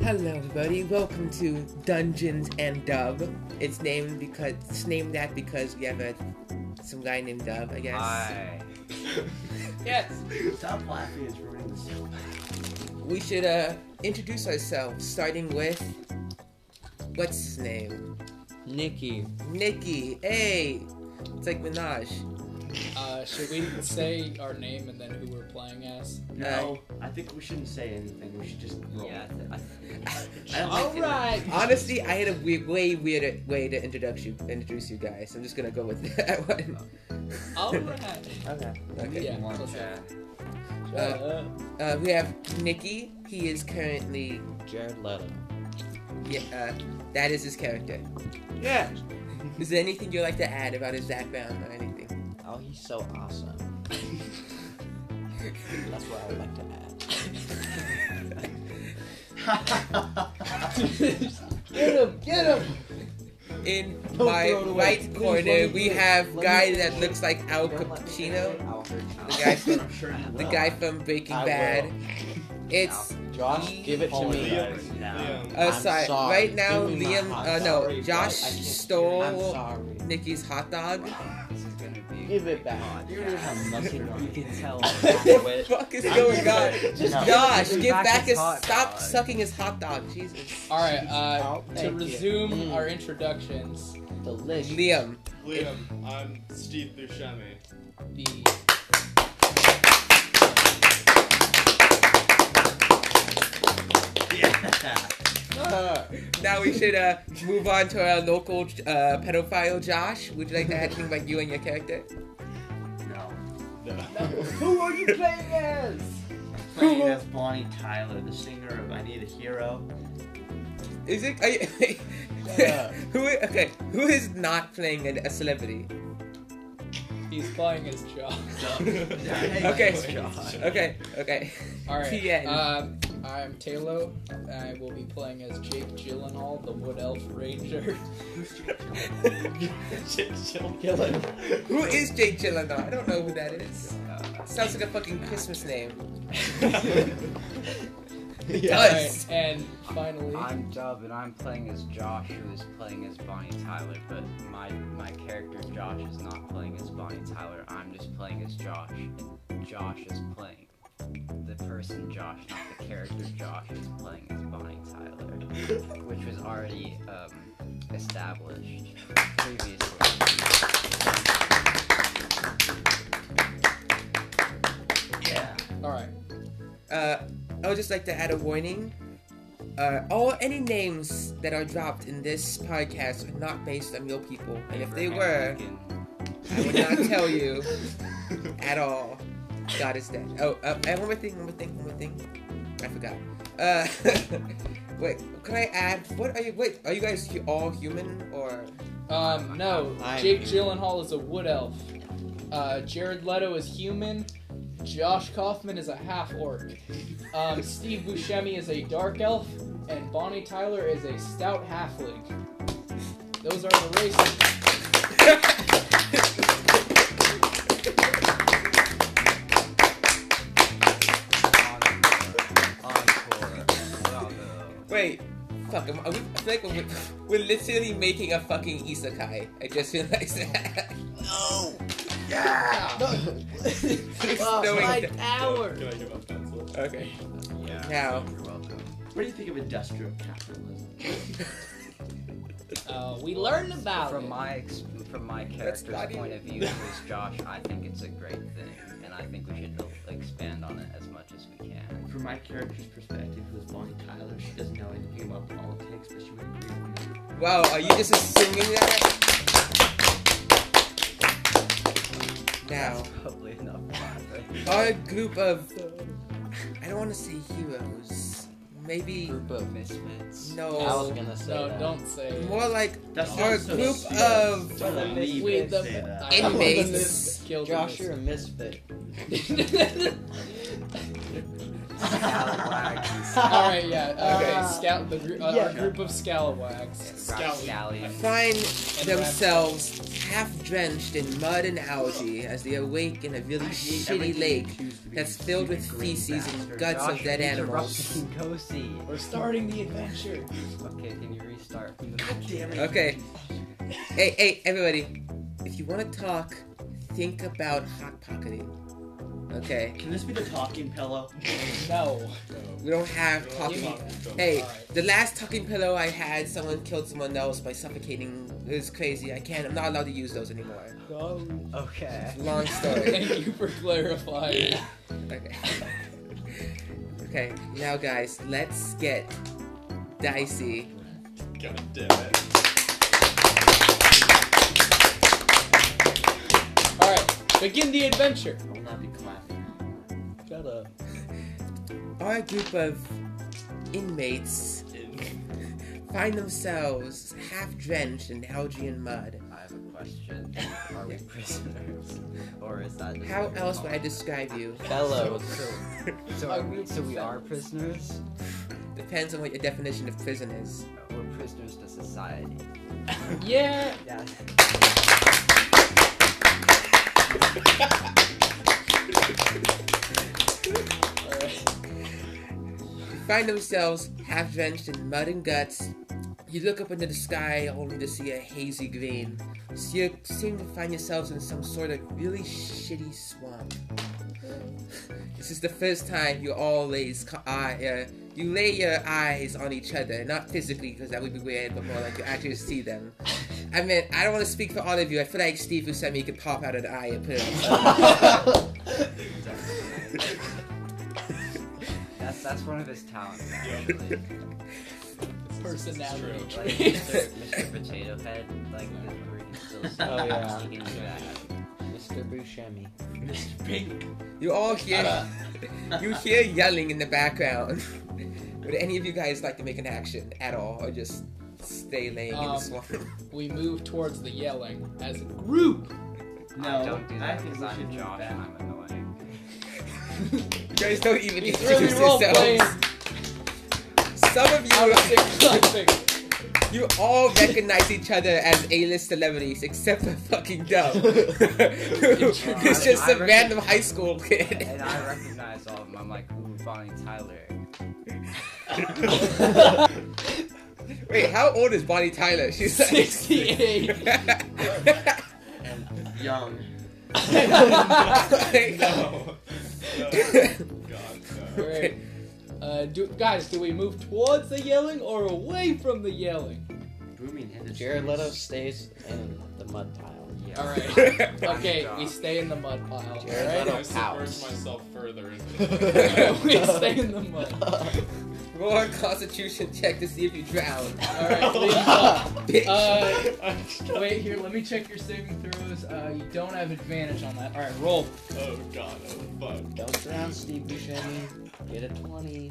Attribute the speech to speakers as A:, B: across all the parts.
A: Hello, everybody. Welcome to Dungeons and Dub. It's named because it's named that because we have a some guy named Dub, I guess.
B: Hi.
A: Yes.
C: Stop laughing, it's ruining the show.
A: We should uh, introduce ourselves, starting with what's his name?
D: Nikki,
A: Nikki. Hey, it's like Minaj.
E: Uh, should we say our name and then who we're playing as?
C: No, I think we shouldn't say anything. We should just roll.
B: Yeah. I th-
C: I don't
B: All
C: think-
B: right.
A: Honestly, I had a weird, way weirder way to introduce you, introduce you guys. I'm just gonna go with that one.
E: All right.
A: Okay. Okay.
E: Yeah.
B: One
E: let's
B: chat.
A: Uh, Uh, we have Nikki. He is currently
D: Jared Leto.
A: yeah. Uh, that is his character.
D: Yeah.
A: Is there anything you'd like to add about his background or anything?
D: Oh, he's so awesome. That's what I would like to add.
E: Get him! Get him!
A: In
D: Don't
A: my
D: throw it away.
A: right
D: Please,
A: corner,
D: let me
A: we
D: do it.
A: have
D: Let me
A: guy
D: do
A: that
D: it.
A: looks like Al
D: Don't let me do it.
A: Pacino,
D: I'll hurt you.
A: the guy from
C: I'm sure you
A: the
C: will.
A: guy from Breaking
D: I will.
A: Bad. It's
D: Josh, give it to me.
C: Apologize.
A: uh,
D: I'm
A: sorry.
D: sorry.
A: Right now,
D: Give me my
A: Liam.
D: hot
A: Uh,
D: dog.
A: no,
D: Sorry,
A: Josh
D: bro. I can't- I'm
A: stole
D: sorry.
A: Nikki's hot dog.
B: This is gonna be.
D: Give it back.
B: You're gonna have nothing. You can tell.
A: What the fuck is going on?
D: Just
B: No.
A: Josh,
B: Give
A: give
B: back
A: back
B: his
A: his.
B: hot
A: Stop
B: dog.
A: sucking his hot dog, Jesus.
E: All right. Uh, to
D: Thank you.
E: resume
D: Mm.
E: our introductions,
D: Delicious.
A: Liam.
F: Liam, I'm Steve Buscemi.
E: the
C: Yeah.
A: Now we should uh, move on to our local uh, pedophile, Josh. Would you like to add anything about you and your character?
C: No.
D: Who are you playing as?
C: Playing as Bonnie Tyler, the singer of I Need a Hero.
A: Is it? Are you,
D: Yeah.
A: who? i- Okay, who is not playing a, a celebrity?
E: he's playing as Josh.
A: Okay.
C: Josh.
A: Okay, okay.
E: All right.
A: TN.
E: Um, I'm Taylor. I will be playing as Jake Gyllenhaal, the Wood Elf Ranger.
D: Kill him.
A: Who is Jake Gyllenhaal? I don't know who that is. Sounds like a fucking Christmas name.
E: All
A: Yes.
E: right. And finally,
B: I'm Dub, and I'm playing as Josh, who is playing as Bonnie Tyler. But my my character Josh is not playing as Bonnie Tyler. I'm just playing as Josh. and Josh is playing the person Josh, not the character Josh, is playing as Bonnie Tyler, which was already um, established previously.
C: Yeah.
E: all right.
A: Uh, I would just like to add a warning. Uh, all any names that are dropped in this podcast are not based on real people, and if they were,
B: Abraham Lincoln.
A: I would not tell you at all. God is dead. Oh, uh, and one more thing, one more thing, one more thing. I forgot. Uh, wait, can I add? What are you? Wait, are you guys hu- all human or?
E: Um, no,
D: I'm-
E: Jake Gyllenhaal is a wood elf. Uh, Jared Leto is human. Josh Kaufman is a half orc. Um, Steve Buscemi is a dark elf, and Bonnie Tyler is a stout halfling. Those are the races.
B: Encore. Bravo.
A: Wait, fuck. am- Are we, I feel like we're, we're literally making a fucking isekai. I just realized that. It's snowing d-
F: Can I give a pencil?
A: Oh, Okay.
B: Yeah.
A: Now.
B: You're welcome.
C: What do you think of industrial capitalism?
E: Uh, we learned about
B: From
E: it.
B: my ex- from my
A: That's
B: character's
A: not
B: point of
A: even-
B: view, as Josh, I think it's a great thing, and I think we should expand on it as much as we can.
C: From my character's perspective, who's Bonnie Tyler, she doesn't know anything about politics, but she would agree with me.
A: Wow, are you just assuming that? Now,
B: That's probably enough. laughing.
A: our group of. I don't want to say heroes. Maybe.
D: Group of
B: Misfits.
D: I
A: No.
D: was gonna say
E: No,
D: that.
E: don't say. it.
A: More like
C: Oh. That's
A: our
C: not so
A: group
C: serious.
A: of
C: Don't let me
E: We-
C: even
E: the-
C: say that.
E: I-
A: Inmates.
E: Killed
D: Josh,
E: the
D: you're a misfit.
E: misfit.
B: Scalawags.
E: All right, yeah. Uh,
A: Okay.
E: scal- the gr- uh,
D: Yeah.
E: Our group of scalawags.
B: Rock scallions.
A: find
E: And
A: themselves half drenched in mud and algae as they awake in a really shitty lake that's filled with feces and guts of dead animals.
B: Kosi.
E: We're starting the adventure.
B: Okay, can you restart? From the
C: God damn it.
A: Okay. Hey, hey, everybody. If you want to talk, think about hot pocketing. Okay.
C: Can this be the talking pillow?
E: No.
A: We don't have
E: You
A: talking.
E: mean-
A: Hey,
E: Alright.
A: the last talking pillow I had, someone killed someone else by suffocating. It was crazy. I can't. I'm not allowed to use those anymore.
E: No.
B: Okay.
A: Long story.
E: Thank you for clarifying.
A: okay. okay. Now, guys, let's get dicey.
F: God damn it.
E: All right, begin the adventure.
C: I will not be clapping.
D: Shut up.
A: Our group of inmates find themselves half drenched in algae and mud.
B: I have a question. Are we prisoners, or is that? Just
A: How
B: like a
A: else would I
B: call?
A: describe you?
B: So,
D: Fellow.
B: so, so, are we, so we are prisoners.
A: Depends on what your definition of prison is.
B: We're prisoners to society.
E: Yeah.
B: Yeah.
E: All right.
A: find themselves half drenched in mud and guts. You look up into the sky only to see a hazy green. So you seem to find yourselves in some sort of really shitty swamp. this is the first time you all lays co- eye, uh, you lay your eyes on each other, not physically because that would be weird, but more like you actually see them. I mean, I don't want to speak for all of you. I feel like Steve Buscemi could pop out an eye and put it on.
B: That's that's one of his talents actually.
E: Personality
F: It's
B: Like
E: traits.
B: Mr. Mr. Potato Head, like the where he still see-
D: Oh, yeah.
B: he can do that.
D: Mr. Buscemi.
C: Mr. Pink.
A: You all hear you hear yelling in the background. Would any of you guys like to make an action at all, or just stay laying in the
E: Um,
A: swamp?
E: We move towards the yelling as a group.
C: No,
B: I don't do
C: I
B: that
C: think
B: because
C: we
B: I'm
C: should do
B: Josh
C: that.
B: and I'm annoying.
A: You guys don't even
E: He's
A: introduce
E: really role playing.
A: yourselves. Some of
E: I was
A: you,
E: clapping.
A: you all recognize each other as A-list celebrities, except for fucking Dub. it's just
B: I
A: some
B: recognize-
A: random high school kid.
B: And I recognize all of them. I'm like, ooh, Bonnie Tyler.
A: Wait, how old is Bonnie Tyler? She's like
E: 68.
C: And young.
F: No. No. God, no.
E: Great. Uh, do, guys, do we move towards the yelling or away from the yelling?
D: Oh
C: Booming head is
D: Jared
C: nice.
D: Leto stays in the mud pile.
B: Yeah.
E: All right. Okay, we stay in the mud pile.
D: Jared
E: all
F: I
D: Leto
E: right?
F: submerge
D: pouts.
F: myself further into
E: we stay in the mud.
A: Roll a constitution check to see if you drown.
E: All right, please. Uh,
A: Bitch.
E: uh, wait here. Let me check your saving throws. Uh, you don't have advantage on that. All right, roll.
F: Oh god, oh fuck.
D: Don't drown, Steve Buscemi. Get a 20.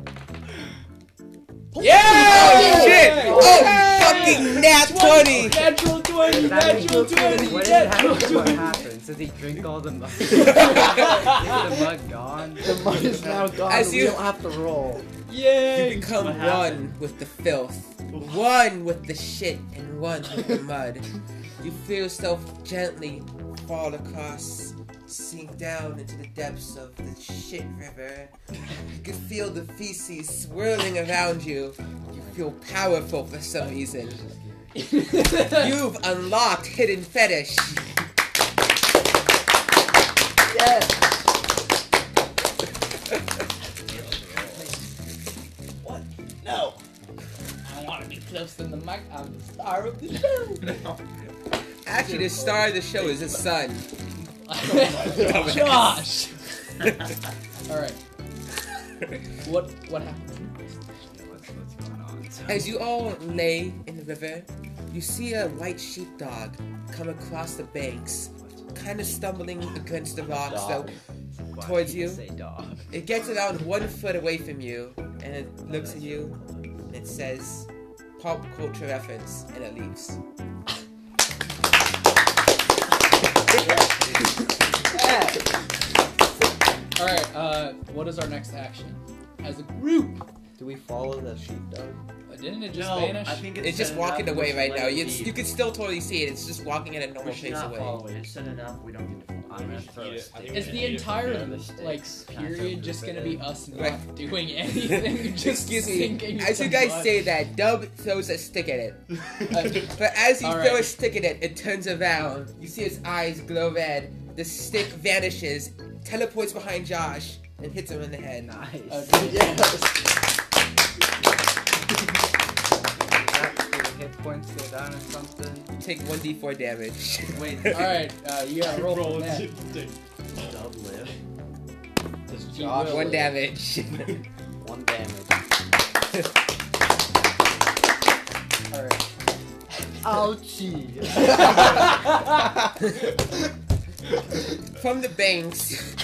A: Yeah! Oh, shit!
E: Yeah!
A: Oh,
E: Yeah!
A: fucking nat 20!
E: Natural 20.
B: That
E: Natural
B: is-
E: 20.
B: what, is
E: Natural
B: happening? what
E: 20.
B: happens? Does he drink all the mud? is the mud gone?
D: The mud is now gone.
A: As
D: we
A: you-
D: don't have to roll.
A: You
E: Yay!
A: become
C: What happened?
A: one with the filth, one with the shit, and one with the mud. You feel yourself gently fall across, sink down into the depths of the shit river. You can feel the feces swirling around you. You feel powerful for some reason. You've unlocked Hidden Fetish.
D: Yes!
E: What? No. I don't want to be close in the mic. I'm the star of the show.
A: Actually, the star of the show is his son. Oh
E: Josh. All right. What? What happened?
B: What's, what's going on? So,
A: As you all lay in the river, you see a white sheepdog come across the banks, kind of stumbling against the rocks. So
B: why
A: towards
B: people
A: you.
B: Say dog.
A: it gets around one foot away from you, and it looks at you, and it says, "Pop culture reference," and it leaves.
E: All right. Uh, what is our next action? as a group.
D: Do we follow the sheepdog?
E: Uh, didn't it just
B: no,
E: vanish?
B: I think
A: It's just
C: set it up,
A: walking
C: we
A: away
C: should
A: right
C: let
A: now.
C: it
A: It's,
C: be.
A: you can still totally see it. It's just walking at a normal
C: We should
A: pace
C: not
A: away.
C: follow it. Set it up. We don't get to follow
B: I'm gonna
C: it.
B: throw
F: Yeah,
B: a
F: I
B: stick.
F: think
E: Is
F: Yeah,
E: the
F: yeah,
E: entire
F: yeah.
E: like, period just gonna be us not
A: Right.
E: doing anything? just
A: Excuse
E: sinking
A: me. As you
E: so
A: guys
E: much?
A: say that, Dub throws a stick at it.
E: Uh,
A: But as you
E: All
A: throw a
E: right.
A: stick at it, it turns around. You see its eyes glow red. The stick vanishes, teleports behind Josh, and hits him in the head.
B: Nice.
E: okay.
D: Yes.
B: Hit points go down or something.
A: Take 1d4 damage.
B: Wait,
E: All right, uh, you gotta roll,
F: Roll
E: from that.
F: it.
C: Dub live.
D: Does
E: He
D: Josh
E: will.
A: One damage.
D: one damage?
E: All right.
D: Ouchie.
A: From the banks,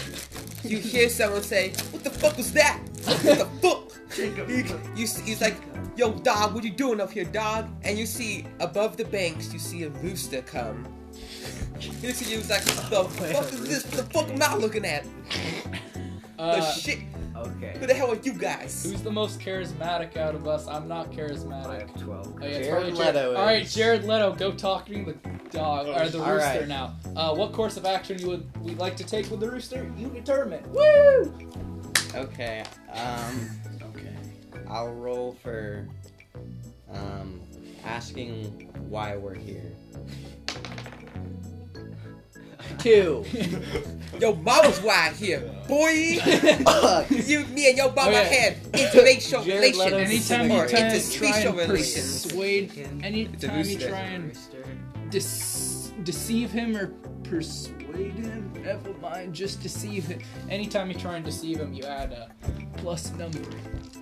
A: you hear someone say, What the fuck was that? What the fuck?
C: Jacob.
A: You, you see, he's like, Yo, dog, what you doing up here, dog? And you see above the banks, you see a rooster come. He looks at you, he's like, The fuck is this? What the fuck am I looking at? The
E: Uh,
A: shit. Who
B: Okay.
A: the hell are you guys?
E: who's the most charismatic out of us? I'm not
B: I
E: charismatic.
B: have 12.
E: Oh, yeah, it's
D: Jared
E: probably Jared
D: Leto
E: All right,
D: is.
E: Jared Leto, go talk to me with dog
F: Oh,
E: or the
F: shit.
D: All
E: rooster
D: right.
E: now. Uh, what course of action you would we like to take with the rooster? You determine.
A: Woo!
D: okay. Um.
C: Okay.
D: I'll roll for um asking why we're here. Two.
A: Yo, mama's wide here, boy. you, me, and your mama
E: Okay.
A: had interracial
D: Jared
A: relations.
D: Leto is
E: Anytime you
A: or
E: try and try
A: interspecial
E: and
A: relations.
E: persuade,
C: Again.
E: anytime you
A: rooster.
E: try and dec- deceive him or persuade him, never mind, just deceive him. Anytime you try and deceive him, you add a plus number.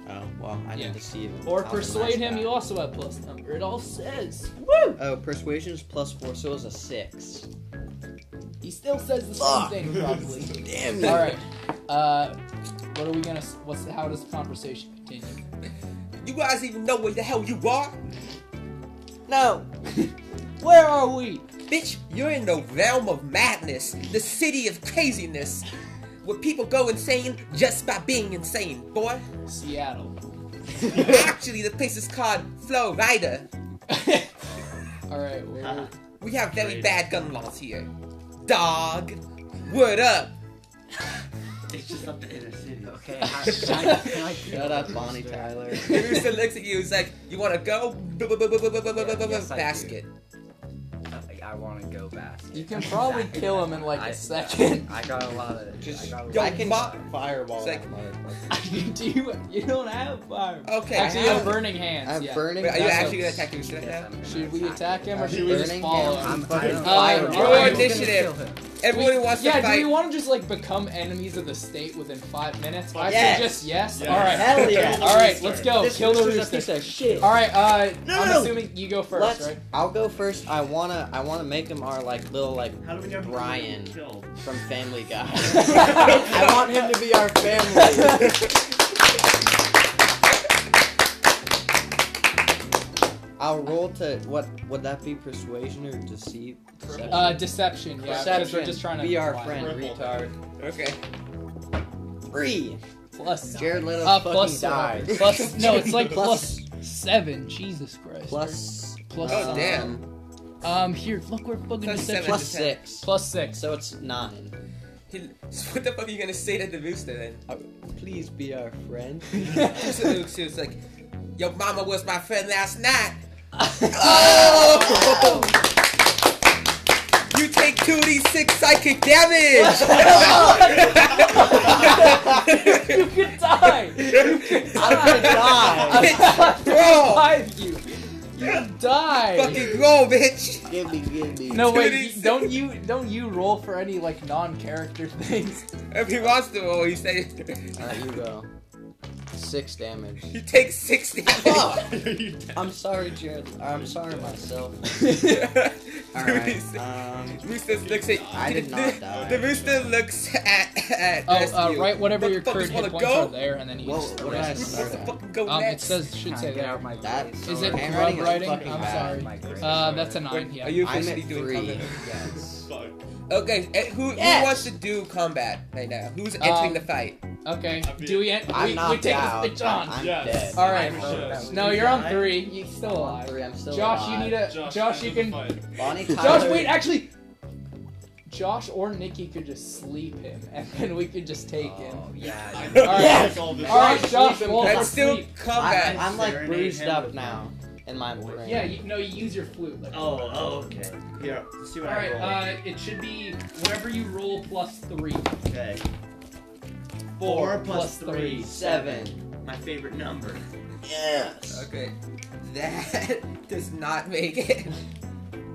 D: Oh well, I
E: Yeah.
D: need to see him.
E: Or
D: I'll be
E: persuade
D: nice
E: him,
D: guy.
E: you also add plus number. It all says. Woo!
D: Oh, persuasion is plus four, so it's a six.
E: He still says the
D: Fuck.
E: same thing, probably.
D: Damn.
E: All right. Uh, what are we gonna? s- What's how does the conversation continue?
A: You guys even know where the hell you are?
D: No.
E: Where are we?
A: Bitch, you're in the realm of madness, the city of craziness, where people go insane just by being insane, boy.
E: Seattle.
A: Actually, the place is called Florida.
E: All right.
C: Ah,
E: Well,
A: We have very
C: Great.
A: bad gun laws here. Dog, word up.
C: It's just up to inner city.
B: Okay, how, can I, can I keep
D: Shut up,
B: the
D: Bonnie
B: rooster?
D: Tyler.
A: The rooster looks at you. He's like, "You want to go?"
B: yes, I do.
A: Basket.
B: I- I want to go basket.
E: you can probably
B: Exactly
E: kill him
B: that.
E: in like
B: I-
E: a second.
B: I got a lot of.
D: Just
B: I got a
A: yo,
B: lot
D: I
B: of-
D: can
A: ma-
D: fireball.
A: It's like-
D: that motherfucker.
E: Do you? You don't have fire.
A: Okay.
E: Actually, you
A: I
E: have
A: have-
E: burning hands.
D: I have
E: yeah.
D: burning.
A: Wait, are you
E: That's
A: actually
E: a-
A: gonna attack the rooster right
B: Yes,
A: now?
B: I'm gonna
E: Should we attack him or
D: I'm
E: should we just
D: burning
E: follow him?
D: him.
E: Uh,
B: I'm, I don't,
E: fire.
B: I'm
E: Your
B: gonna
A: initiative.
B: kill him.
A: Everyone who
E: We-
A: wants
E: yeah,
A: to fight.
E: do we want to just like become enemies of the state within five minutes? I
D: Yes.
E: suggest yes.
F: Yes.
E: All right.
D: Hell yeah.
E: All right. Let's go.
D: This
E: kill the
D: rooster's a
E: rooster.
D: piece of shit.
E: All right. Uh,
D: No,
E: I'm
D: no, no.
E: assuming you go 1st
D: Let's.
E: right?
D: I'll go first. I wanna. I wanna make him our like little like
C: How do we know
D: Brian.
C: Killed.
D: from Family Guy. I want him to be our family. I'll roll to what would that be persuasion or deceive? Deception.
E: Uh, deception. Yeah, because
D: Deception.
E: we're just trying to
D: be our
E: lie.
D: friend,
F: Ripple.
D: retard.
A: Okay.
D: Three.
E: Plus.
D: Jared Leto
E: Uh,
D: fucking
E: plus
D: dies.
E: seven. Plus, no, it's like
D: Plus-
E: plus seven. Jesus Christ.
D: Plus.
E: Plus- uh,
A: Oh,
D: um,
A: damn.
E: Um, here, look, we're fucking
A: Plus
E: deception.
A: seven.
D: Plus six.
E: Plus six.
D: So it's nine.
A: He- so what the fuck are you gonna say to the rooster then?
D: Uh, Please be our friend.
A: Rooster looks at you, it's like, "Your mama was my friend last night."
D: oh!
A: You take 2d6 psychic damage.
E: you could die. You could
D: I'm gonna die.
E: die.
A: Bro.
E: Survive you. You die.
A: Fucking roll, bitch.
D: give me, give me.
E: No wait,
A: Dude,
E: you- don't you don't you roll for any like non-character things?
A: If he wants to roll, he say
D: Alright, you go. Six damage.
A: he takes 60.
D: Fuck!
F: You
D: I'm sorry, Jared. I'm sorry myself. Alright.
A: 2d6.
D: Um,
A: Rooster looks at.
D: I did not die.
A: The rooster looks at at
E: Oh, uh,
A: rescue.
E: write whatever your
A: Motherfuckers
E: current hit
A: wanna
E: points
A: go?
E: are there, and then you
D: Whoa,
E: just
D: what did I
E: erase.
A: Wants to
D: start at?
A: fucking go
E: Um, it
A: next.
E: says should
B: Kinda
E: say
B: get
E: there.
B: out my
D: That-
B: way,
D: Is
B: so
E: Is
D: My
E: it
B: I-
D: handwriting
E: grub
D: is
E: writing?
D: fucking
E: I'm
D: bad.
E: sorry.
B: My grades
E: Uh,
B: are-
E: that's a nine.
A: Are
E: Yeah.
A: you
D: I'm
A: officially
D: at
A: doing
D: three.
A: combat?
B: Yes.
F: Fuck.
A: Okay, eh, who, who
D: Yes.
A: wants to do combat right now? Who's
E: Um,
A: entering the fight?
E: Okay.
F: I mean-
E: Do we end?
D: I'm
E: We, we
D: knocked
E: take
D: out.
E: this bitch on.
D: I'm
F: Yes.
D: dead.
E: All right.
F: I'm dead.
E: No,
D: You
E: you're on
D: die?
E: three. You still
D: I'm on
E: alive.
D: three. I'm still
E: Josh,
D: alive.
E: you need a Josh. you
F: into the
E: can.
F: fight.
D: Bonnie Tyler.
E: Josh, wait.
B: Oh,
E: Actually, Josh or Nikki could just sleep him, and then we could just take him.
B: Oh, yeah.
F: I
B: dude.
F: take
E: Yes.
F: all this.
E: All right,
D: Sleep
E: Josh.
D: him.
E: Roll for
D: That's
A: That's still
E: sleep.
D: I'm,
A: combat.
D: I'm like
C: Serenade
D: bruised
C: him
D: up
C: with
D: now in my brain.
E: Yeah. You, no, you use your flute. Like,
C: Oh, oh, okay. Here, let's see
E: All
C: what
E: right.
C: I roll.
E: Uh, it should be whatever you roll plus three.
C: okay.
E: Four
C: Four
E: plus
C: plus
E: three.
C: three.
D: Seven.
C: My favorite number.
D: Yes.
A: Okay. That does not make it.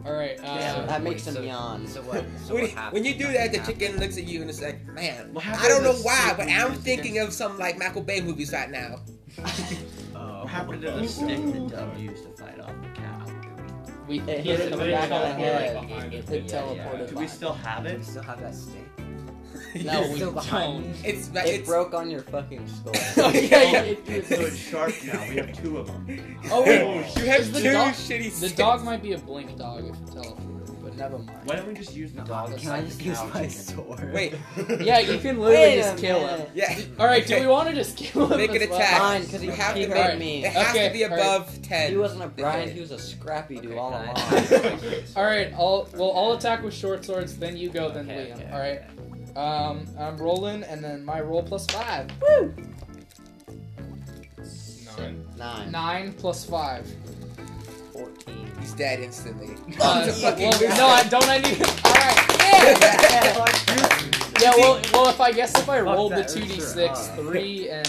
E: All right.
C: Yeah,
E: Uh,
D: That makes
B: Wait,
D: him
B: so-
D: yawn.
B: So what? So
A: when,
B: what
A: you,
B: happened?
A: when you do
B: Nothing
A: that, the
B: happened.
A: chicken looks at you and it's like, man,
C: What happened
A: I don't
C: to
A: know why, but
C: sleeping
A: I'm
C: music
A: thinking
C: and-
A: of some like Michael Bay movies right now.
B: Oh.
C: What happened to the stick that Dub used to fight off the cow?
E: we
D: It
E: hit
D: hit
E: it in the
C: him
E: back of the
D: right
E: head.
F: behind him.
E: It
B: Yeah, yeah.
E: teleported.
C: Do we
E: by.
C: still have
B: You
C: it?
B: still have that stick?
E: No,
D: It's
E: we
D: still behind
E: don't.
A: It's
D: It
A: it's
D: broke on your fucking skull.
E: oh, yeah, yeah.
C: So it's sharp now. We have two of them.
E: Oh, wait.
A: You have
E: Is the
A: two
E: dog-
A: shitty
E: The
A: sticks.
E: dog might be a blink dog if teleported, but never mind.
C: Why don't we just use the dog?
B: Can I just use my
C: sword?
B: sword?
A: Wait,
E: Yeah, you can
D: Wait
E: literally
D: a
E: just kill him.
D: minute.
A: yeah.
E: All right, do
A: Okay.
E: we want to just kill him?
A: Make
E: as
A: an
E: well?
A: attack.
D: Fine, 'cause he-
A: you have
D: he
A: to
E: made
A: be,
E: me.
A: It has
E: Okay,
A: to be
E: all right.
A: above ten.
D: He wasn't a Brian,
A: Okay.
D: he was a Scrappy Doo
B: Okay,
D: all
B: can
D: along.
B: I-
E: All right, I'll well, I'll attack with short swords. Then you go, then
B: Okay,
E: Liam.
B: okay,
E: All right.
B: okay.
E: Um, I'm rolling, and then my roll plus five.
F: Nine.
D: Nine.
E: Nine plus five.
D: Fourteen.
A: He's dead instantly.
E: Uh,
A: He's a fucking
E: well,
A: loser.
E: no, I don't. I need. All right. Yeah. Well, well, if I guess if I
B: Fuck
E: roll the
B: that
E: two d
B: rooster
E: six,
A: Oh.
B: up.
E: three and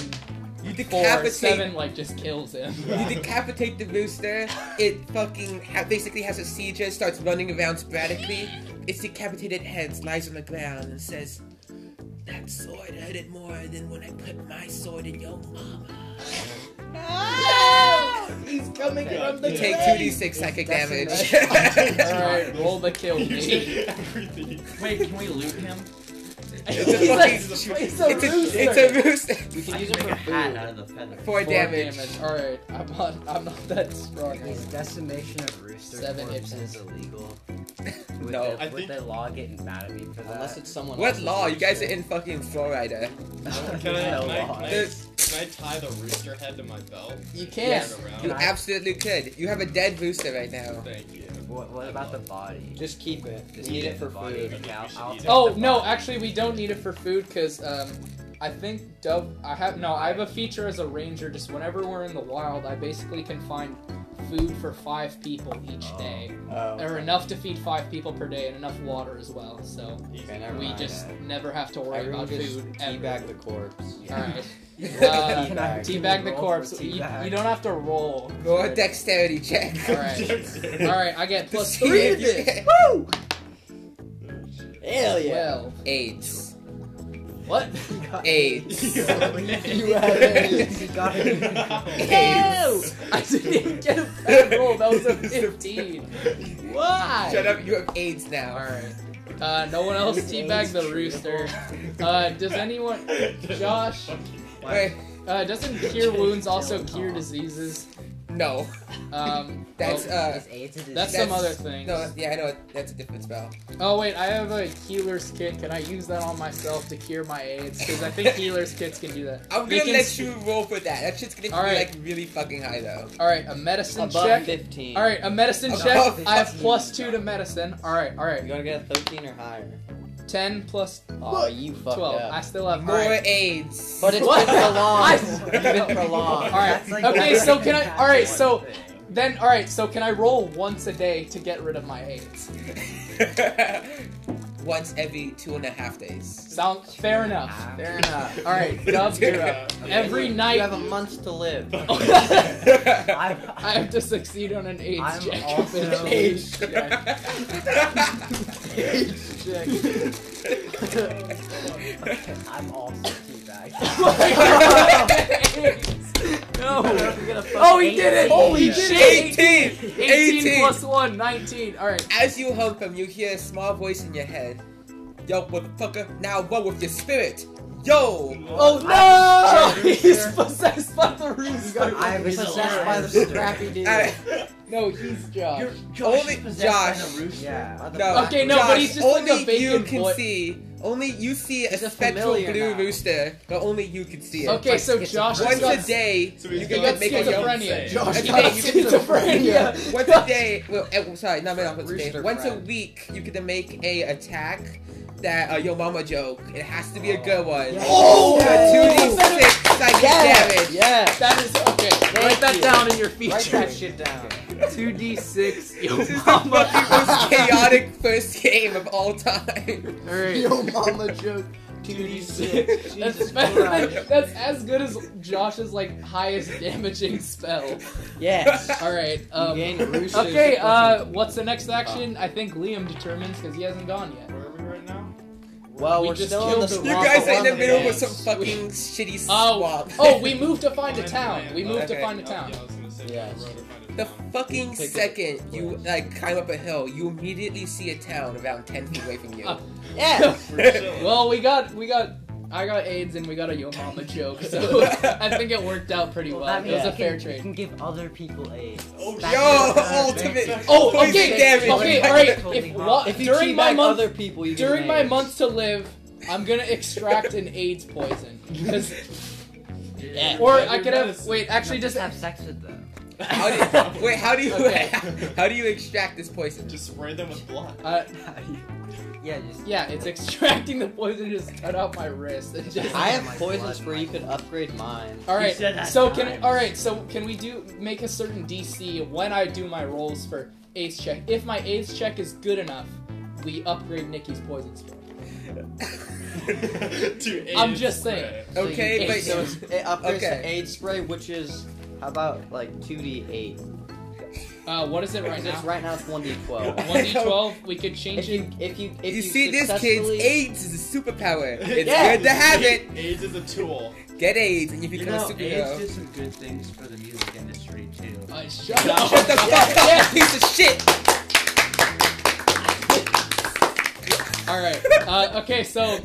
A: you
E: four,
A: decapitate.
E: seven like just kills him.
A: You decapitate the rooster. It fucking ha- basically has a seizure, starts running around sporadically. Its decapitated head lies on the ground and says, "That sword hurted more than when I put my sword in your mama."
D: He's coming
F: Okay. from the
A: You
F: Yeah.
A: take two d six psychic damage.
D: It's
E: All right, roll the kill.
F: You
E: Nate.
F: did everything.
C: Wait, can we loot him?
A: It's a
E: He's
A: fucking-
F: He's
E: It's a
A: It's
E: rooster.
A: a, it's a rooster.
D: We can
C: I
D: use
C: can
D: it
C: make
D: for
C: a hat
D: food.
C: out of the feather.
A: Four,
E: Four
A: damage.
E: All right, I'm not. I'm not that strong.
B: Is decimation of rooster
E: Seven
B: corpses illegal? Would
A: No.
B: the,
F: I
B: would
F: think-
B: the law get mad at me for that?
D: Unless it's someone
A: What
D: else's
A: law? You guys are
D: rooster.
A: in fucking Florida.
B: I
F: Can I,
B: No
F: can, I,
B: law.
F: can, I,
A: There's-
F: can I tie the rooster head to my belt?
E: You
F: Turn
E: can't.
F: it around.
A: You absolutely could. You have a dead rooster right now.
F: Thank you.
B: What, what about the body?
D: Just keep it.
B: Just
D: Need
B: eat
D: it for
B: the body.
D: food.
B: Okay, I'll-
F: We
B: I'll
F: should eat
B: take
F: it.
E: Oh
B: the
E: no,
B: body.
E: actually we don't need it for food because um, I think Dove. I have no. I have a feature as a ranger. Just whenever we're in the wild, I basically can find food for five people each
B: Oh.
E: day,
D: Oh.
E: or enough to feed five people per day, and enough water as well. So
D: Okay, never
E: we
D: mind.
E: just never have to worry
D: Everyone
E: about
D: just
E: food
D: teabag
E: ever.
D: the corpse.
E: All right,
B: Uh,
D: Can I-
E: teabag the
B: roll for
E: corpse. You,
B: teabag?
E: you don't have to roll.
A: Roll
E: for
A: a
E: it.
A: dexterity check.
F: Uh,
E: All right. All right, I get
A: To
E: plus
A: see
E: three
A: if
E: of
A: you-
E: this.
D: Hell yeah.
E: Twelve.
A: AIDS.
E: What?
A: AIDS.
D: You have it.
B: You got it.
E: No! I didn't get a bad roll. That was a 15. Why?
A: Shut up, you have AIDS now.
E: Alright. Uh, no one else teabagged the rooster. Uh, does anyone. Josh?
A: Wait,
E: Uh, doesn't cure wounds also cure diseases?
A: no.
E: Um,
A: That's,
E: oh,
A: uh.
B: Is AIDS a disease?
E: that's some other things.
A: No, yeah, I know. it- That's a different spell.
E: Oh, wait, I have a healer's kit. Can I use that on myself to cure my AIDS? Because I think healer's kits can do that.
A: I'm
E: We
A: gonna
E: can
A: let
E: s-
A: you roll for that. That shit's gonna
E: All
A: be
E: right.
A: like really fucking high though.
E: Alright, a medicine
D: Above
E: check.
D: 15.
E: Alright, a medicine
A: Above
E: check. I have
A: 15.
E: plus two to medicine. Alright,
D: You
E: alright.
D: gotta get a 13 or higher.
E: 10 plus
D: Oh, you fucked
E: 12. I
D: up.
E: still have
A: More
E: alright.
A: AIDS.
D: But it's
E: What?
D: been prolonged.
E: I-
D: It's been prolonged.
E: All right.
B: That's like-
E: Okay,
B: that's
E: so
B: like
E: can I-
B: half
E: all right,
B: one
E: so-
B: thing.
E: Then, alright, so can I roll once a day to get rid of my AIDS?
A: Once every two and a half days.
E: Sound fair enough.
B: Ah.
D: Fair enough.
E: Alright, Dove, you're up. Every
D: You
E: night,
D: have a month to live.
B: I'm,
E: I have to succeed on an AIDS
B: I'm
E: check.
B: also-
E: An AIDS check. AIDS check.
B: I'm also teabagged.
E: no.
B: oh,
E: Oh, he did it!
A: Holy
E: he did
A: shit!
E: it!
A: 18!
E: 18, 18 plus 1, 19. Alright.
A: As you hump him, you hear a small voice in your head. Yo, motherfucker, now what with your spirit? Yo!
E: Oh
B: no!
E: no! He's possessed by the rooster.
B: I was
D: Possessed by the scrappy dude.
A: Alright,
E: No, he's Josh.
C: You're,
A: Only-
C: Josh is possessed by
A: Josh.
C: the rooster.
B: Yeah.
D: By the
A: no,
D: black
E: Okay, no,
A: Josh,
E: but he's just like
A: only
E: a bacon
A: you can
E: boy.
A: see Only you see a
D: He's a
A: spectral
D: familiar
A: blue
D: now.
A: rooster, but only you can see it.
E: Okay, so
D: It's a
E: Josh has
A: Once
E: got
A: a day,
F: So
A: you
F: he's
A: can
F: got
A: like, make a Yelp.
F: schizophrenia.
E: Josh
A: That's
E: got
A: the thing, you can-
E: schizophrenia.
A: Once a day, well, eh, well, sorry, not enough. Once a day.
D: Rooster
A: Once a
D: friend.
A: week, you can make a attack that uh, your mama joke. It has to be a good one.
D: Yes.
E: Oh!
A: two d six psychic
D: Yes!
A: damage.
D: Yes!
E: That is okay.
B: Write that
D: you.
B: down in your
D: Write
B: feature.
D: that shit down.
B: 2d6, yo
A: This is the fucking
B: mama.
A: most chaotic first game of all time.
B: Alright.
D: Yo, mama joke. 2d6.
E: That's
D: Jesus
E: better
D: Christ.
E: than, that's as good as Josh's like highest damaging spell.
D: Yes.
E: All right. Um,
D: You gain roosters
E: okay.
D: plus
E: Uh, what's the next action? I think Liam determines because he hasn't gone yet.
F: Where are we right now?
D: Well,
E: We
D: we're
E: just
D: still on
E: killed
D: the
E: the
A: You
E: Wow,
A: guys are in the
E: wow,
A: middle of
E: yes.
A: some fucking shitty
E: Oh,
A: swamp.
E: Oh, we moved to find a
F: Find
E: town. We moved to
A: Okay.
E: find a
F: Oh,
E: town.
F: Yeah, I was gonna say
D: Yeah.
F: find a road or find a
A: The
F: town.
A: fucking
D: Take it.
A: second you like climb up a hill, you immediately see a town around ten feet away from you.
E: Uh,
D: Yeah.
F: We're chilling.
E: Well, we got we got I got AIDS and we got a yo mama joke, so I think it worked out pretty well.
G: that
E: It was
G: means
E: a
G: you
E: fair
G: can- You
E: trade.
G: can give other people aid.
F: Oh,
G: Back
A: Yo,
G: to the
A: ultimate.
G: bank.
E: Oh,
A: Poison
E: okay,
A: damage.
E: okay,
A: Like,
E: all right.
G: Totally
E: If,
G: not.
E: wa-
D: If you
E: during
D: cheat
E: my
D: back
E: month,
D: other people, you get
E: during
D: an
E: my
D: AIDS.
E: month to live, I'm gonna extract an AIDS poison. 'Cause-
D: Yeah.
E: or
F: Yeah,
E: I could have
F: medicine.
E: wait, actually
G: just
E: just
G: have sex with them.
A: How do, wait, how do you
E: Okay.
A: how do you extract this poison?
F: Just spray them with blood.
E: uh,
G: yeah, just
E: yeah, it's extracting the poison. Just cut out my wrist and just.
D: I have
G: My
D: poisons
G: blood,
D: where you
G: my-
D: could upgrade mine.
E: all right,
G: said that
E: so can
G: times.
E: all right, so can we do make a certain DC when I do my rolls for AIDS check? If my AIDS check is good enough, we upgrade Nikki's poison spell.
F: to
E: I'm
F: AIDS
E: just saying.
F: spray.
D: So you
A: Okay,
D: get-
A: but-
D: so it's, it upgrades
A: Okay.
D: to aid spray, which is how about like 2d8?
E: Uh, what is it right
D: Because it's
E: now?
D: right now it's 1d12.
E: One d twelve. We could change
D: If
E: it.
D: you if you if
A: you, see this kid's
D: successfully-
A: AIDS is a superpower. It's
D: Yeah.
A: good to have it.
F: AIDS is a tool.
A: Get AIDS and you
C: You
A: become a
C: know, AIDS
A: superhero.
C: did some good things for the music industry too.
E: Uh, shut
A: Oh,
E: up.
A: shut the fuck up,
E: Yeah.
A: piece of shit!
E: All right. Uh, okay, so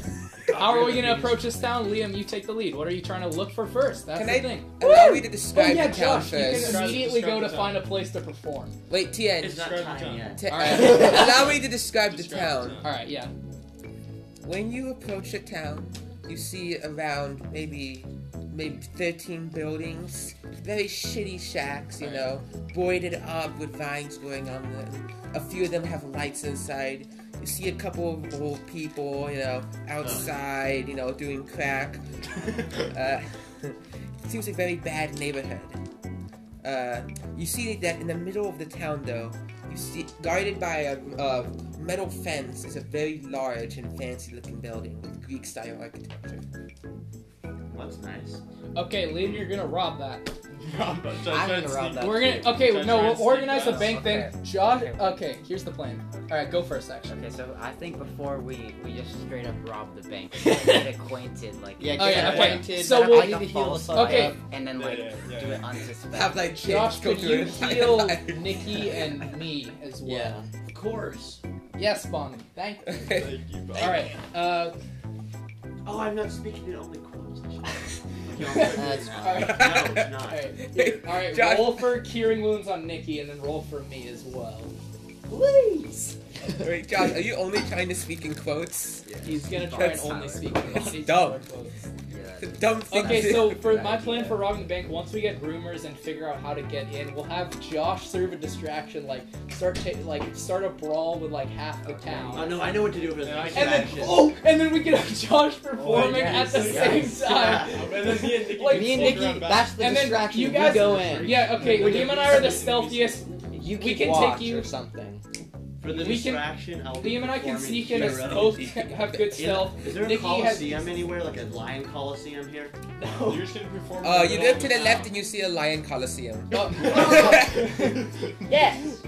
E: how are we gonna approach this town, Liam? You take the lead. What are you trying to look for first? That's
A: Can
E: the
A: I-
E: thing.
A: Allow me to
E: Oh
A: describe
E: yeah,
A: the town
E: Josh, you
A: first.
E: can
F: Describe-
E: immediately go
F: describe
E: to
F: the
E: find a place to perform.
A: Wait, Tien.
C: It's not
F: Describe the
C: time
F: town.
C: yet.
A: t- uh,
E: Alright.
A: allow me to describe the
F: Describe
A: town.
E: All right, yeah.
A: When you approach a town, you see around maybe maybe 13 buildings, very shitty shacks, you
E: Right.
A: know, boarded up with vines growing on them. A few of them have lights inside. You see a couple of old people, you know, outside, you know, doing crack. Uh, it seems a very bad neighborhood. Uh, you see that in the middle of the town, though, you see guarded by a, a metal fence is a very large and fancy-looking building with Greek-style architecture.
C: What's nice?
E: Okay, Liam, you're gonna rob that.
F: I'm
D: I'm gonna rob that.
E: We're gonna. Okay,
F: Should I
E: no,
F: try
E: we'll
F: and
E: organize the bank
F: sneak
E: thing.
G: Okay.
E: Josh.
G: Okay.
E: Okay, here's the plan. All right, go first, actually.
B: Okay, so I think before we we just straight up rob the bank, like, get acquainted, like
D: Yeah,
E: Oh,
D: get
E: yeah, okay.
D: acquainted.
E: So
D: set up
E: we'll-
D: like a false light.
E: Okay.
B: and then
F: Yeah,
B: like
F: yeah, yeah,
B: do it
F: yeah.
A: Have
B: unsuspecting.
A: like kids
E: Josh,
A: go
E: could you
A: through it.
E: heal Nikki and me as well?
C: Of course.
E: Yes, Bonnie. Thank. you.
A: Okay.
F: Thank you,
E: All right. Uh,
C: Oh, I'm not speaking in only quotes. no,
D: That's
E: all
D: fine.
E: right.
C: it's
E: All
C: not.
E: right. All right,
A: Josh-
E: roll for curing wounds on Nikki, and then roll for me as well.
D: Please.
A: Wait, Josh, are you only trying to speak in quotes?
E: He's gonna try and
A: That's
E: only speak.
A: That's
E: in
A: dumb.
E: quotes.
A: The dumb thing. to
E: Okay,
A: do.
E: so for
B: Bad
E: my plan
B: idea.
E: for robbing the bank, once we get rumors and figure out how to get in, we'll have Josh serve a distraction, like start ta- like start a brawl with like half the town.
C: Oh no, I know what to do for the
F: And I
C: next
E: And then,
C: action.
E: oh, and then we can have Josh performing
C: yes,
E: at the
C: yes.
E: same time.
F: And then me and Nikki
E: Like,
D: Me and
F: walk around
D: Nikki,
F: back.
D: that's the
E: And then
D: distraction.
E: you
D: We
E: guys-
D: go in.
E: Yeah, okay,
F: We
E: Liam
F: can-
E: and I are the
F: we can-
E: stealthiest.
D: You
E: We
D: keep
E: can take
D: watch
E: you-
D: or something.
C: for the
E: we can-
C: distraction, I'll be
E: Liam and I can
C: performing
E: sneak in as
C: hero.
E: both have good stealth.
C: Is there a
E: Nikki has-
C: coliseum anywhere, like a lion coliseum here?
E: Oh.
F: You're just gonna perform.
A: Uh,
F: in the
A: you
F: middle
A: look
F: of
A: to the left
F: town.
A: and you see a lion coliseum.
D: Yes.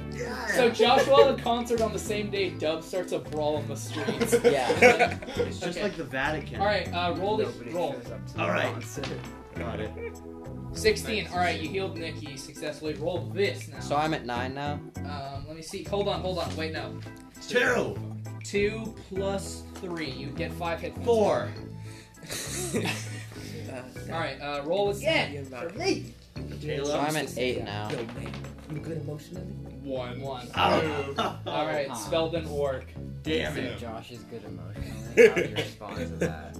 E: So Josh, while in concert on the same day, Dub starts a brawl in the streets.
D: Yeah.
C: It's just
E: Okay.
C: like the Vatican.
E: All right, uh, roll this.
B: Nobody
E: Roll.
B: shows up to
C: All
B: the
C: right.
B: concert.
C: Got it.
E: 16. All right, you healed Nikki successfully. Roll this now.
D: So I'm at nine now.
E: Um, let me see. Hold on, hold on. Wait, no.
C: Two,
E: Two plus three. You get five hit points.
C: four.
A: Uh,
E: All right, uh, roll with
A: You're not-
G: me.
D: So
C: Taylor.
D: I'm at eight now.
A: Yo, man, you good emotionally?
F: One.
E: One.
C: Ow.
E: All right, spell didn't work.
C: Damn
B: So
C: it.
B: Josh is good emotionally. How do you respond to that?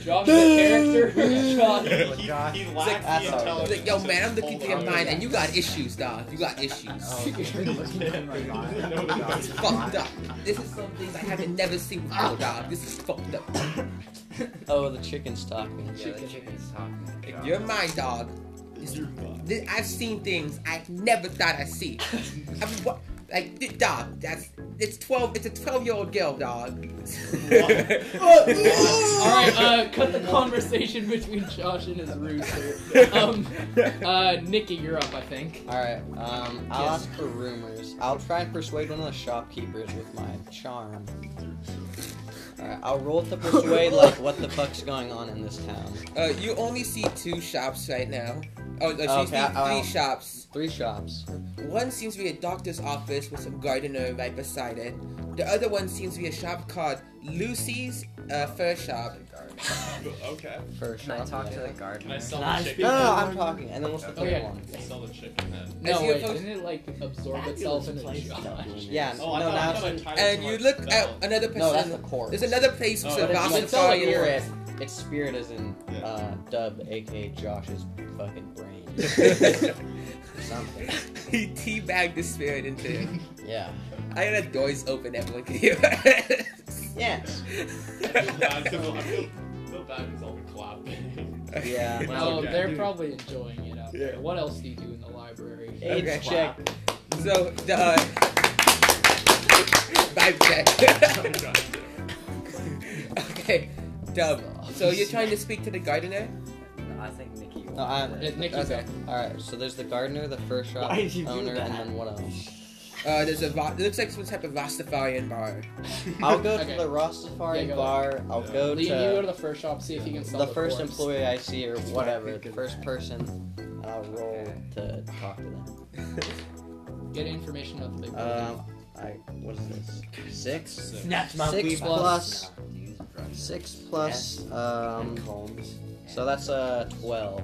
E: Josh the character. Josh.
D: Oh,
F: he,
G: Well, Josh-
F: he
A: like- "Ah,
F: lacks the
D: that's all right.
A: He's
F: intelligence.
A: like, yo,
F: to
A: man, I'm looking
F: hold
A: through your
F: on.
A: mind, and you got issues, dog. You got issues.
G: Oh, you're looking in my mind.
F: No, no,
A: It's fucked up. Ah. This is some things I haven't never seen before, dog. This is fucked up.
D: Oh, the chicken's talking.
B: Yeah, the chicken's talking. to Josh.
A: Your mind, dog.
F: You're fucked.
A: Th- I've seen things I never thought I'd see. I mean, what? Like, th- dog, that's it's twelve. It's a twelve-year-old girl, dog.
E: All right, uh, cut the conversation between Josh and his rooster. Um, uh, Nikki, you're up, I think.
D: Alright, um, I'll
E: Yes.
D: ask for rumors. I'll try and persuade one of the shopkeepers with my charm. Alright, I'll roll to persuade, like, what the fuck's going on in this town.
A: Uh, you only see two shops right now. Oh, no,
D: Okay,
A: she's seen
D: I'll-
A: three shops.
D: Three shops.
A: One seems to be a doctor's office with some gardener right beside it. The other one seems to be a shop called Lucy's uh, Fur Shop.
F: Okay.
D: First
B: Can I
D: shop.
B: talk to
D: yeah.
B: the
F: Can I
B: gardener?
F: sell
G: Nice
F: the chicken?
D: No, no, no, I'm talking. And then what's the
B: Okay.
D: third
E: Okay.
D: one?
F: I sell the chicken then.
E: No,
A: see a
E: wait,
A: post-
E: didn't it like absorb itself into Josh?
D: Yeah,
F: Oh, I
D: no,
F: thought, I
D: now
F: thought I
D: it's-
F: tied it
A: And
F: to
A: you
F: my
A: look
F: bell.
A: at another
D: No, that's
A: person.
D: the core.
A: there's another place with
F: Oh,
A: a
F: but
D: But it's,
A: Boston
D: it's all
E: Rastafarian.
D: spirit. Its spirit is in
F: Yeah.
D: uh, Dub, aka Josh's fucking brain. or something.
A: He teabagged the spirit into him.
D: Yeah.
A: I had doors open, everyone could hear
D: Yes.
F: I feel bad 'cause I feel- I feel bad because I'll be clapping.
D: Yeah.
E: No,
F: Okay.
E: they're probably enjoying it out there.
F: Yeah.
E: What else do you do in the library?
D: Age
A: Okay.
D: check.
A: So, the. Uh, vibe check. okay, Dub. So you're trying to speak to the gardener?
B: I think Nikki.
D: No, I'm-
B: wants
E: Yeah,
B: it.
E: Nikki's
A: Okay.
E: up.
D: Alright, so there's the gardener, the first shop
G: Why did you do
D: owner,
G: that?
D: and then what else?
A: Uh, there's a. Va- it looks like some type of Rastafarian bar.
D: I'll go
E: Okay.
D: to the Rastafari
E: Yeah, go.
D: bar. I'll
F: Yeah.
D: go
E: Lee, you go
D: to
E: to the first shop, see if you can sell
D: the
E: the
D: first
E: corpse.
D: employee I see or
G: what I
D: whatever,
G: think
D: the
G: of
D: first
G: that.
D: person, and I'll roll to talk to them.
E: Get information of the.
D: Um, I what is this? Six.
G: Snatch my
D: Six
G: weed
D: plus
B: Use brush.
D: six plus um.
G: Combs.
D: So that's a 12.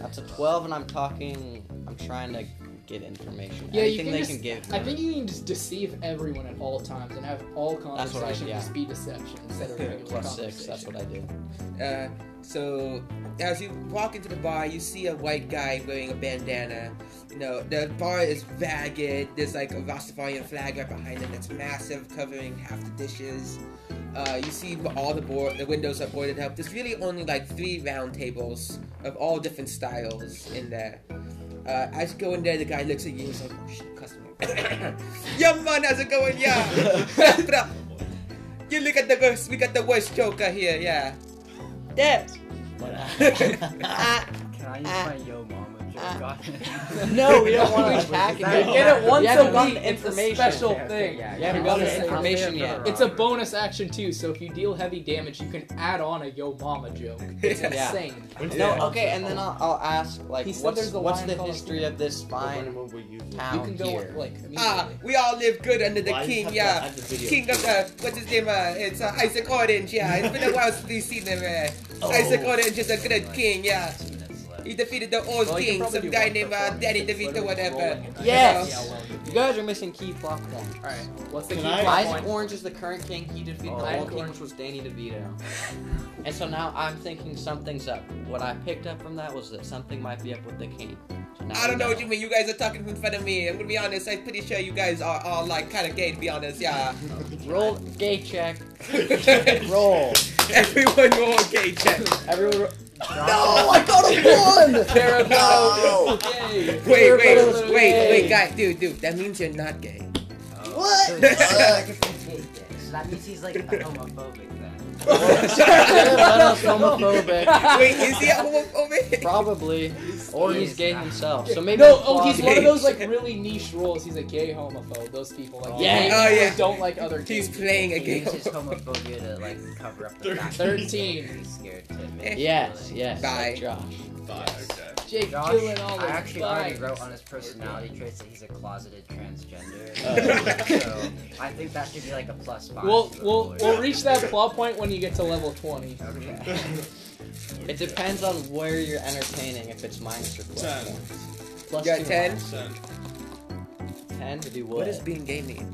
D: That's a 12, and I'm talking. I'm trying to get information.
E: Yeah, you
D: Anything
E: can
D: they
E: just-
D: can give.
E: I
D: me.
E: think you can just deceive everyone at all times and have all
D: That's what I-
E: conversations
D: yeah.
E: just be deception instead of regular
D: plus six. That's what I did.
A: Uh, so as you walk into the bar, you see a white guy wearing a bandana. You know the bar is ragged. There's like a Rastafarian flag right behind it that's massive, covering half the dishes. Uh, you see all the board, the windows are boarded up. There's really only like three round tables of all different styles in there. Uh, as you go in there, the guy looks at you and he's like, "Oh shit, customer." Yo man, how's it going? Yeah. uh, you look at the worst. We got the worst joker here. Yeah.
D: Yes.
B: Can I use
D: Uh,
B: my yo mama joke on him?
D: no, we don't want
E: No,
D: to attack
B: we-
D: him.
B: we
E: get it once
D: We haven't
E: a
D: gotten
E: week,
D: the
E: it's a
D: information.
E: special
B: okay,
E: thing.
B: Yeah,
D: We haven't
E: Yeah,
D: gotten
E: I'll
D: the
E: say-
D: information
B: I'll say it for
D: yet.
B: the
E: It's a
B: robbery.
E: bonus action too, so if you deal heavy damage, you can add on a yo mama joke. It's
A: Yeah.
E: insane.
D: No, okay, and then I'll, I'll ask like,
E: He said
D: what's,
E: there's a
D: what's
E: lion
D: the
E: called-
D: history of this fine town
E: You can go
D: here?
E: like immediately.
A: Ah, we all live good under the
G: Why does it
A: king,
G: have to
A: yeah.
G: add the video?
A: King of the what's his name? Uh, it's uh, Isaac Orange, yeah. It's been a while since we've seen him. Uh,
G: Oh.
A: Isaac Orange is a good
B: Like,
A: king, yeah.
B: Two minutes left.
A: He defeated the old
E: Well, you can
A: king,
E: probably
A: some
E: do
A: guy
E: one
A: named uh,
E: performance.
A: Danny
E: It's
A: DeVito,
E: literally
A: whatever.
E: rolling and
D: Yes.
E: see how well you
D: You
E: do.
D: guys are missing key plot points.
E: Alright, what's the
F: Can
E: key
F: I-
E: plot
D: Isaac
E: point?
D: Orange is the current king. He defeated
B: Oh.
D: the
E: Isaac
D: old king,
E: Orange.
D: which was Danny DeVito. and so now I'm thinking something's up. What I picked up from that was that something might be up with the king. So now
A: I
D: we
A: don't know what you mean. You guys are talking in front of me. I'm gonna be honest. I'm pretty sure you guys are all like kind of gay, to be honest. Yeah.
D: Roll gay check.
A: Everyone,
D: Roll.
A: you're all gay, check.
D: Everyone. ro-
A: No,
D: Oh, I got a one.
E: There we go.
D: No.
E: Yay.
A: Wait, wait,
D: Everybody's
A: wait, wait,
D: gay.
A: guy, dude, dude. That means you're not gay.
D: What?
G: So he's like a fake dick. So that means he's like a homophobic then.
D: That's homophobic.
A: Wait, is he a homophobic?
D: Probably. Or
B: he
D: he's
B: is
D: gay
B: not.
D: himself. So maybe.
E: No,
D: it's
E: oh, he's
D: plausible.
E: one of those like really niche roles. He's a gay homophobe. Those people like
D: Yeah.
E: gay
A: Oh,
E: people
A: yeah.
E: don't like other
A: He's
E: gays.
A: playing a
B: He
A: gay.
B: uses homophobia to like cover up the fact that he's gay and he's scared to admit it.
D: Yes. Yes.
A: Bye.
D: Like Josh.
F: Bye, okay.
E: Jake
B: Josh,
E: Gyllenhaal all
B: I actually already
E: vibes.
B: wrote on his personality traits that he's a closeted transgender.
D: Oh.
B: so I think that should be like a plus five.
E: We'll
B: to the
E: we'll
B: board.
E: we'll reach that plot point when you get to level twenty.
B: Okay.
D: It depends on where you're entertaining, if it's minus or plus
F: Ten.
D: points.
A: You got
D: two
A: ten?
D: minus.
F: Send.
D: Ten to do what?
A: What does being gay mean?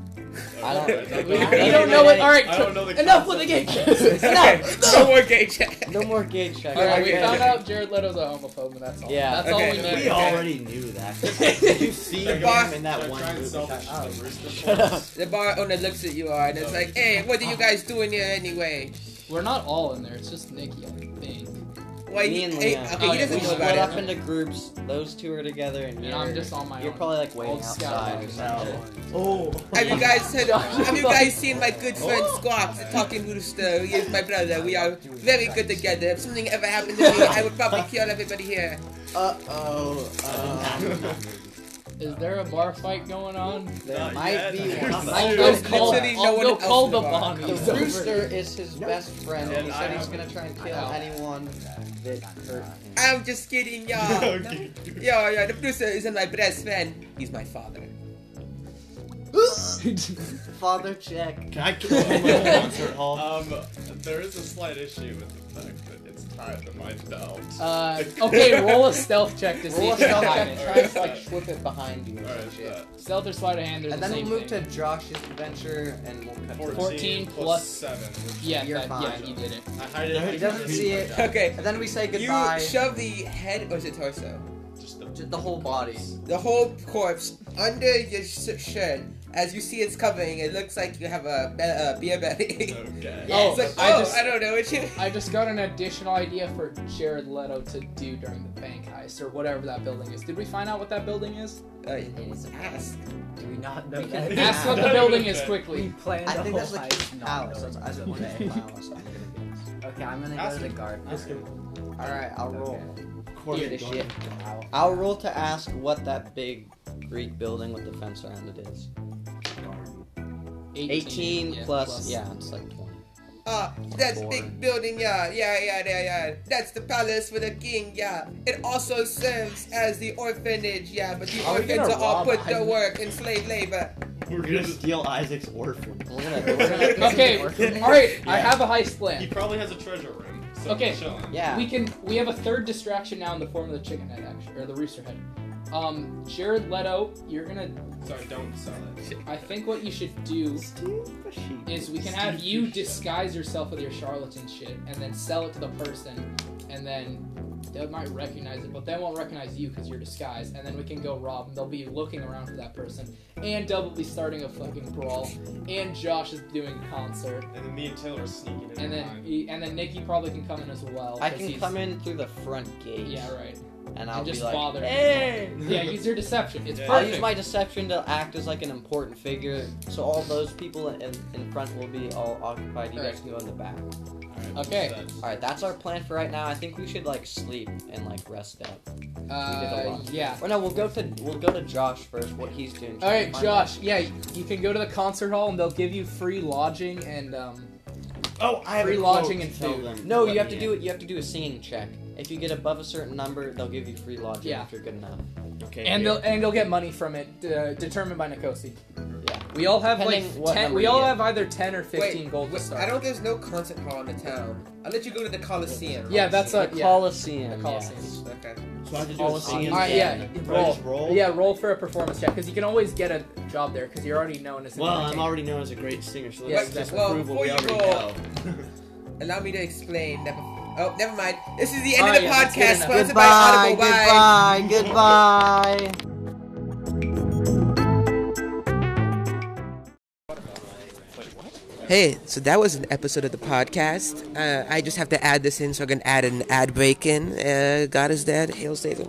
D: I don't-
E: We,
D: I
E: we
D: don't
E: don't
D: know
E: know what.
D: any-
E: All right,
F: I don't know the
E: enough with
F: concept.
E: the game checks. Enough.
A: no more gay chat.
D: No more gay check.
E: All right, we
A: Okay.
E: found out Jared Leto's a homophobe, and that's all.
D: Yeah.
E: that's
A: Okay,
E: all we
A: we
E: need.
A: all-
D: already knew that. you see
F: They're
D: him
A: going-
D: in that
F: they're
D: one
F: trying to
D: movie.
F: sell
D: shot.
F: the
D: Oh,
F: shit, the
D: shut up.
A: The bar owner looks at you all and it's like, hey, what are you guys doing here anyway?
E: We're not all in there. It's just Nikki, I think.
A: Why
D: Me and
A: hey,
D: Leon.
A: okay, he
E: Oh,
A: doesn't
E: we
A: know
D: split
E: split
A: about it.
D: up into groups. Those two are together, and
E: And
D: you're,
E: I'm just on my
D: you're
E: own.
D: probably like waiting
E: Old
D: outside or
E: scout.
D: something.
C: Oh.
A: Have you guys said,
E: Josh,
A: have you guys seen my good friend Squawks, the talking rooster? He is my brother. We are very good together. If something ever happened to me, I would probably kill everybody here.
D: Uh oh. Uh,
E: Is there a bar fight going on?
D: there
F: Not
D: might
F: yet.
D: be
F: There's
D: one.
E: I'll
F: no-
D: I'll
E: go
A: There's
D: just
E: call,
D: call
A: literally
D: it.
A: no
E: I'll
A: one
E: go
A: else
E: call
A: in
E: the
A: the bar.
E: Bonnies.
D: The rooster is his best friend.
F: And
D: He
F: I
D: said he's
F: don't-
D: gonna try and kill
E: Ow.
D: anyone that hurt him.
A: I'm just kidding, y'all.
F: Okay.
A: Yo, yo, the producer isn't my best friend. He's my father.
D: Father check.
C: Can I kill him at the concert hall?
F: Um, there is a slight issue with the fact that it's tied to my belt.
E: Uh, okay, roll a stealth check to see
D: Roll a
E: if you
D: stealth
E: can hide
D: check and
E: it.
D: try and like flip it behind you or some
F: Alright,
D: shit.
F: uh,
E: Stealth or sleight of hand, they're
D: And
E: the
D: then we'll
E: same
D: move
E: thing.
D: to Josh's adventure and we'll cut. to-
F: 14,
E: 14 plus-
F: plus 7. Which
E: Yeah,
D: You're
E: that, yeah,
D: fine.
E: you did it.
F: I hide it.
C: He
F: I
D: doesn't
F: hide
D: see
F: in
D: it.
F: my belt.
A: Okay.
D: And then we say goodbye.
A: You shove the head or is it torso?
F: Just
D: Ju- the whole body.
A: The whole corpse under your sh- shirt. As you see its covering, it looks like you have a, be- a beer belly.
F: Okay.
E: Yeah.
A: it's like, oh,
E: I
A: I,
E: just-
A: don't know what you.
E: I just got an additional idea for Jared Leto to do during the bank heist or whatever that building is. Did we find out what that building is?
A: Uh, it was ass.
B: Do we not know
D: can
B: that?
E: Ask what the building is quickly.
B: We planned
D: I
B: the
D: think
B: whole
D: that's like
B: heist
D: his
B: not
D: palace.
B: knowing.
D: That's, I just want to say palace. I'm gonna guess.
B: Okay, I'm gonna go
F: Ask
B: to the
F: him.
B: garden.
F: Ask him.
D: All right, I'll roll.
C: Of course
E: Here,
C: you're
E: this
C: going
E: shit.
C: to go out.
D: I'll roll to ask what that big Greek building with the fence around it is. 18 plus, yeah, it's like 20.
A: Ah, that's
D: Four.
A: big building, yeah, yeah, yeah, yeah, yeah. That's the palace for the king, yeah. It also serves as the orphanage, yeah. But the
D: Are we
A: orphans
D: gonna
A: are all
D: rob
A: put to
D: Isaac?
A: work in slave labor.
C: We're gonna steal Isaac's orphan.
D: We're gonna, we're gonna
E: Okay, all right. I have a heist
F: He
E: plan.
F: probably has a treasure room. So
E: Okay.
F: Chilling.
D: Yeah.
E: We can. We have a third distraction now in the form of the chicken head, actually, or the rooster head. Um, Jared Leto, you're gonna.
F: Sorry, don't sell it.
E: I think what you should do is we can have you disguise yourself with your charlatan shit and then sell it to the person, and then they might recognize it, but they won't recognize you because you're disguised. And then we can go rob, and they'll be looking around for that person. And Dub will be starting a fucking brawl, and Josh is doing a concert,
F: And then me and Taylor are sneaking in
E: and then
F: behind.
E: and then Nikki probably can come in as well.
D: I
E: 'cause
D: can
E: he's-
D: come in through the front gate,
E: Yeah, right.
D: and I'll
E: and just
D: be like,
E: bother
D: hey!
E: Yeah, use your deception. It's
F: Yeah.
D: I'll
E: perfect.
D: use my deception to act as like an important figure, so all those people in, in front will be all occupied. You guys can go in the back.
F: Alright,
E: okay.
F: what's that?
D: All right, that's our plan for right now. I think we should like sleep and like rest up. did a
E: Uh,
D: lot.
E: yeah.
D: Or no, we'll go to we'll go to Josh first. What he's doing.
E: All right,
D: Find out.
E: Josh. Yeah, you can go to the concert hall and they'll give you free lodging and um.
C: Oh, I have
E: Free
C: a
E: lodging
C: quote.
E: and
C: Tell
E: food.
C: them
D: No,
C: let
D: you have
C: me
D: to
C: in.
D: do it. You have to do a singing check. If you get above a certain number, they'll give you free lodging
E: Yeah.
D: if you're good enough.
C: Okay.
E: And
C: here.
E: they'll and they'll get money from it, uh, determined by Nikosi.
D: Yeah.
E: We all have
D: Depending
E: like
D: what
E: ten.
D: number
E: We
D: you
E: all
D: get.
E: have either ten or fifteen
A: Wait,
E: gold to
A: wait,
E: start.
A: I don't. There's no concert hall in the town. I'll let you go to the Coliseum.
E: Yeah, that's a
D: The
E: yeah.
D: Colosseum.
E: The Colosseum.
D: yes.
A: Okay.
C: So I have to do a
D: Policy
C: singing.
D: and-
E: Alright, yeah,
C: Can I
E: roll.
C: just roll.
E: Yeah, roll for a performance check because you can always get a job there because you're already known as. an
C: Well, I'm
E: entertainer.
C: already known as a great singer, so
E: Yes,
C: let's just
A: well,
C: prove what
A: before
C: we
A: you
C: already
A: roll-
C: know.
A: Allow me to explain. Never. Oh, never mind. This is the end
E: Alright,
A: of the
E: yeah, that's good
A: podcast.
E: enough.
A: Sponsored by Audible. Bye.
D: Goodbye. Goodbye.
A: Hey, so that was an episode of the podcast. Uh, I just have to add this in so I can add an ad break in. Uh, God is dead. Hail Satan.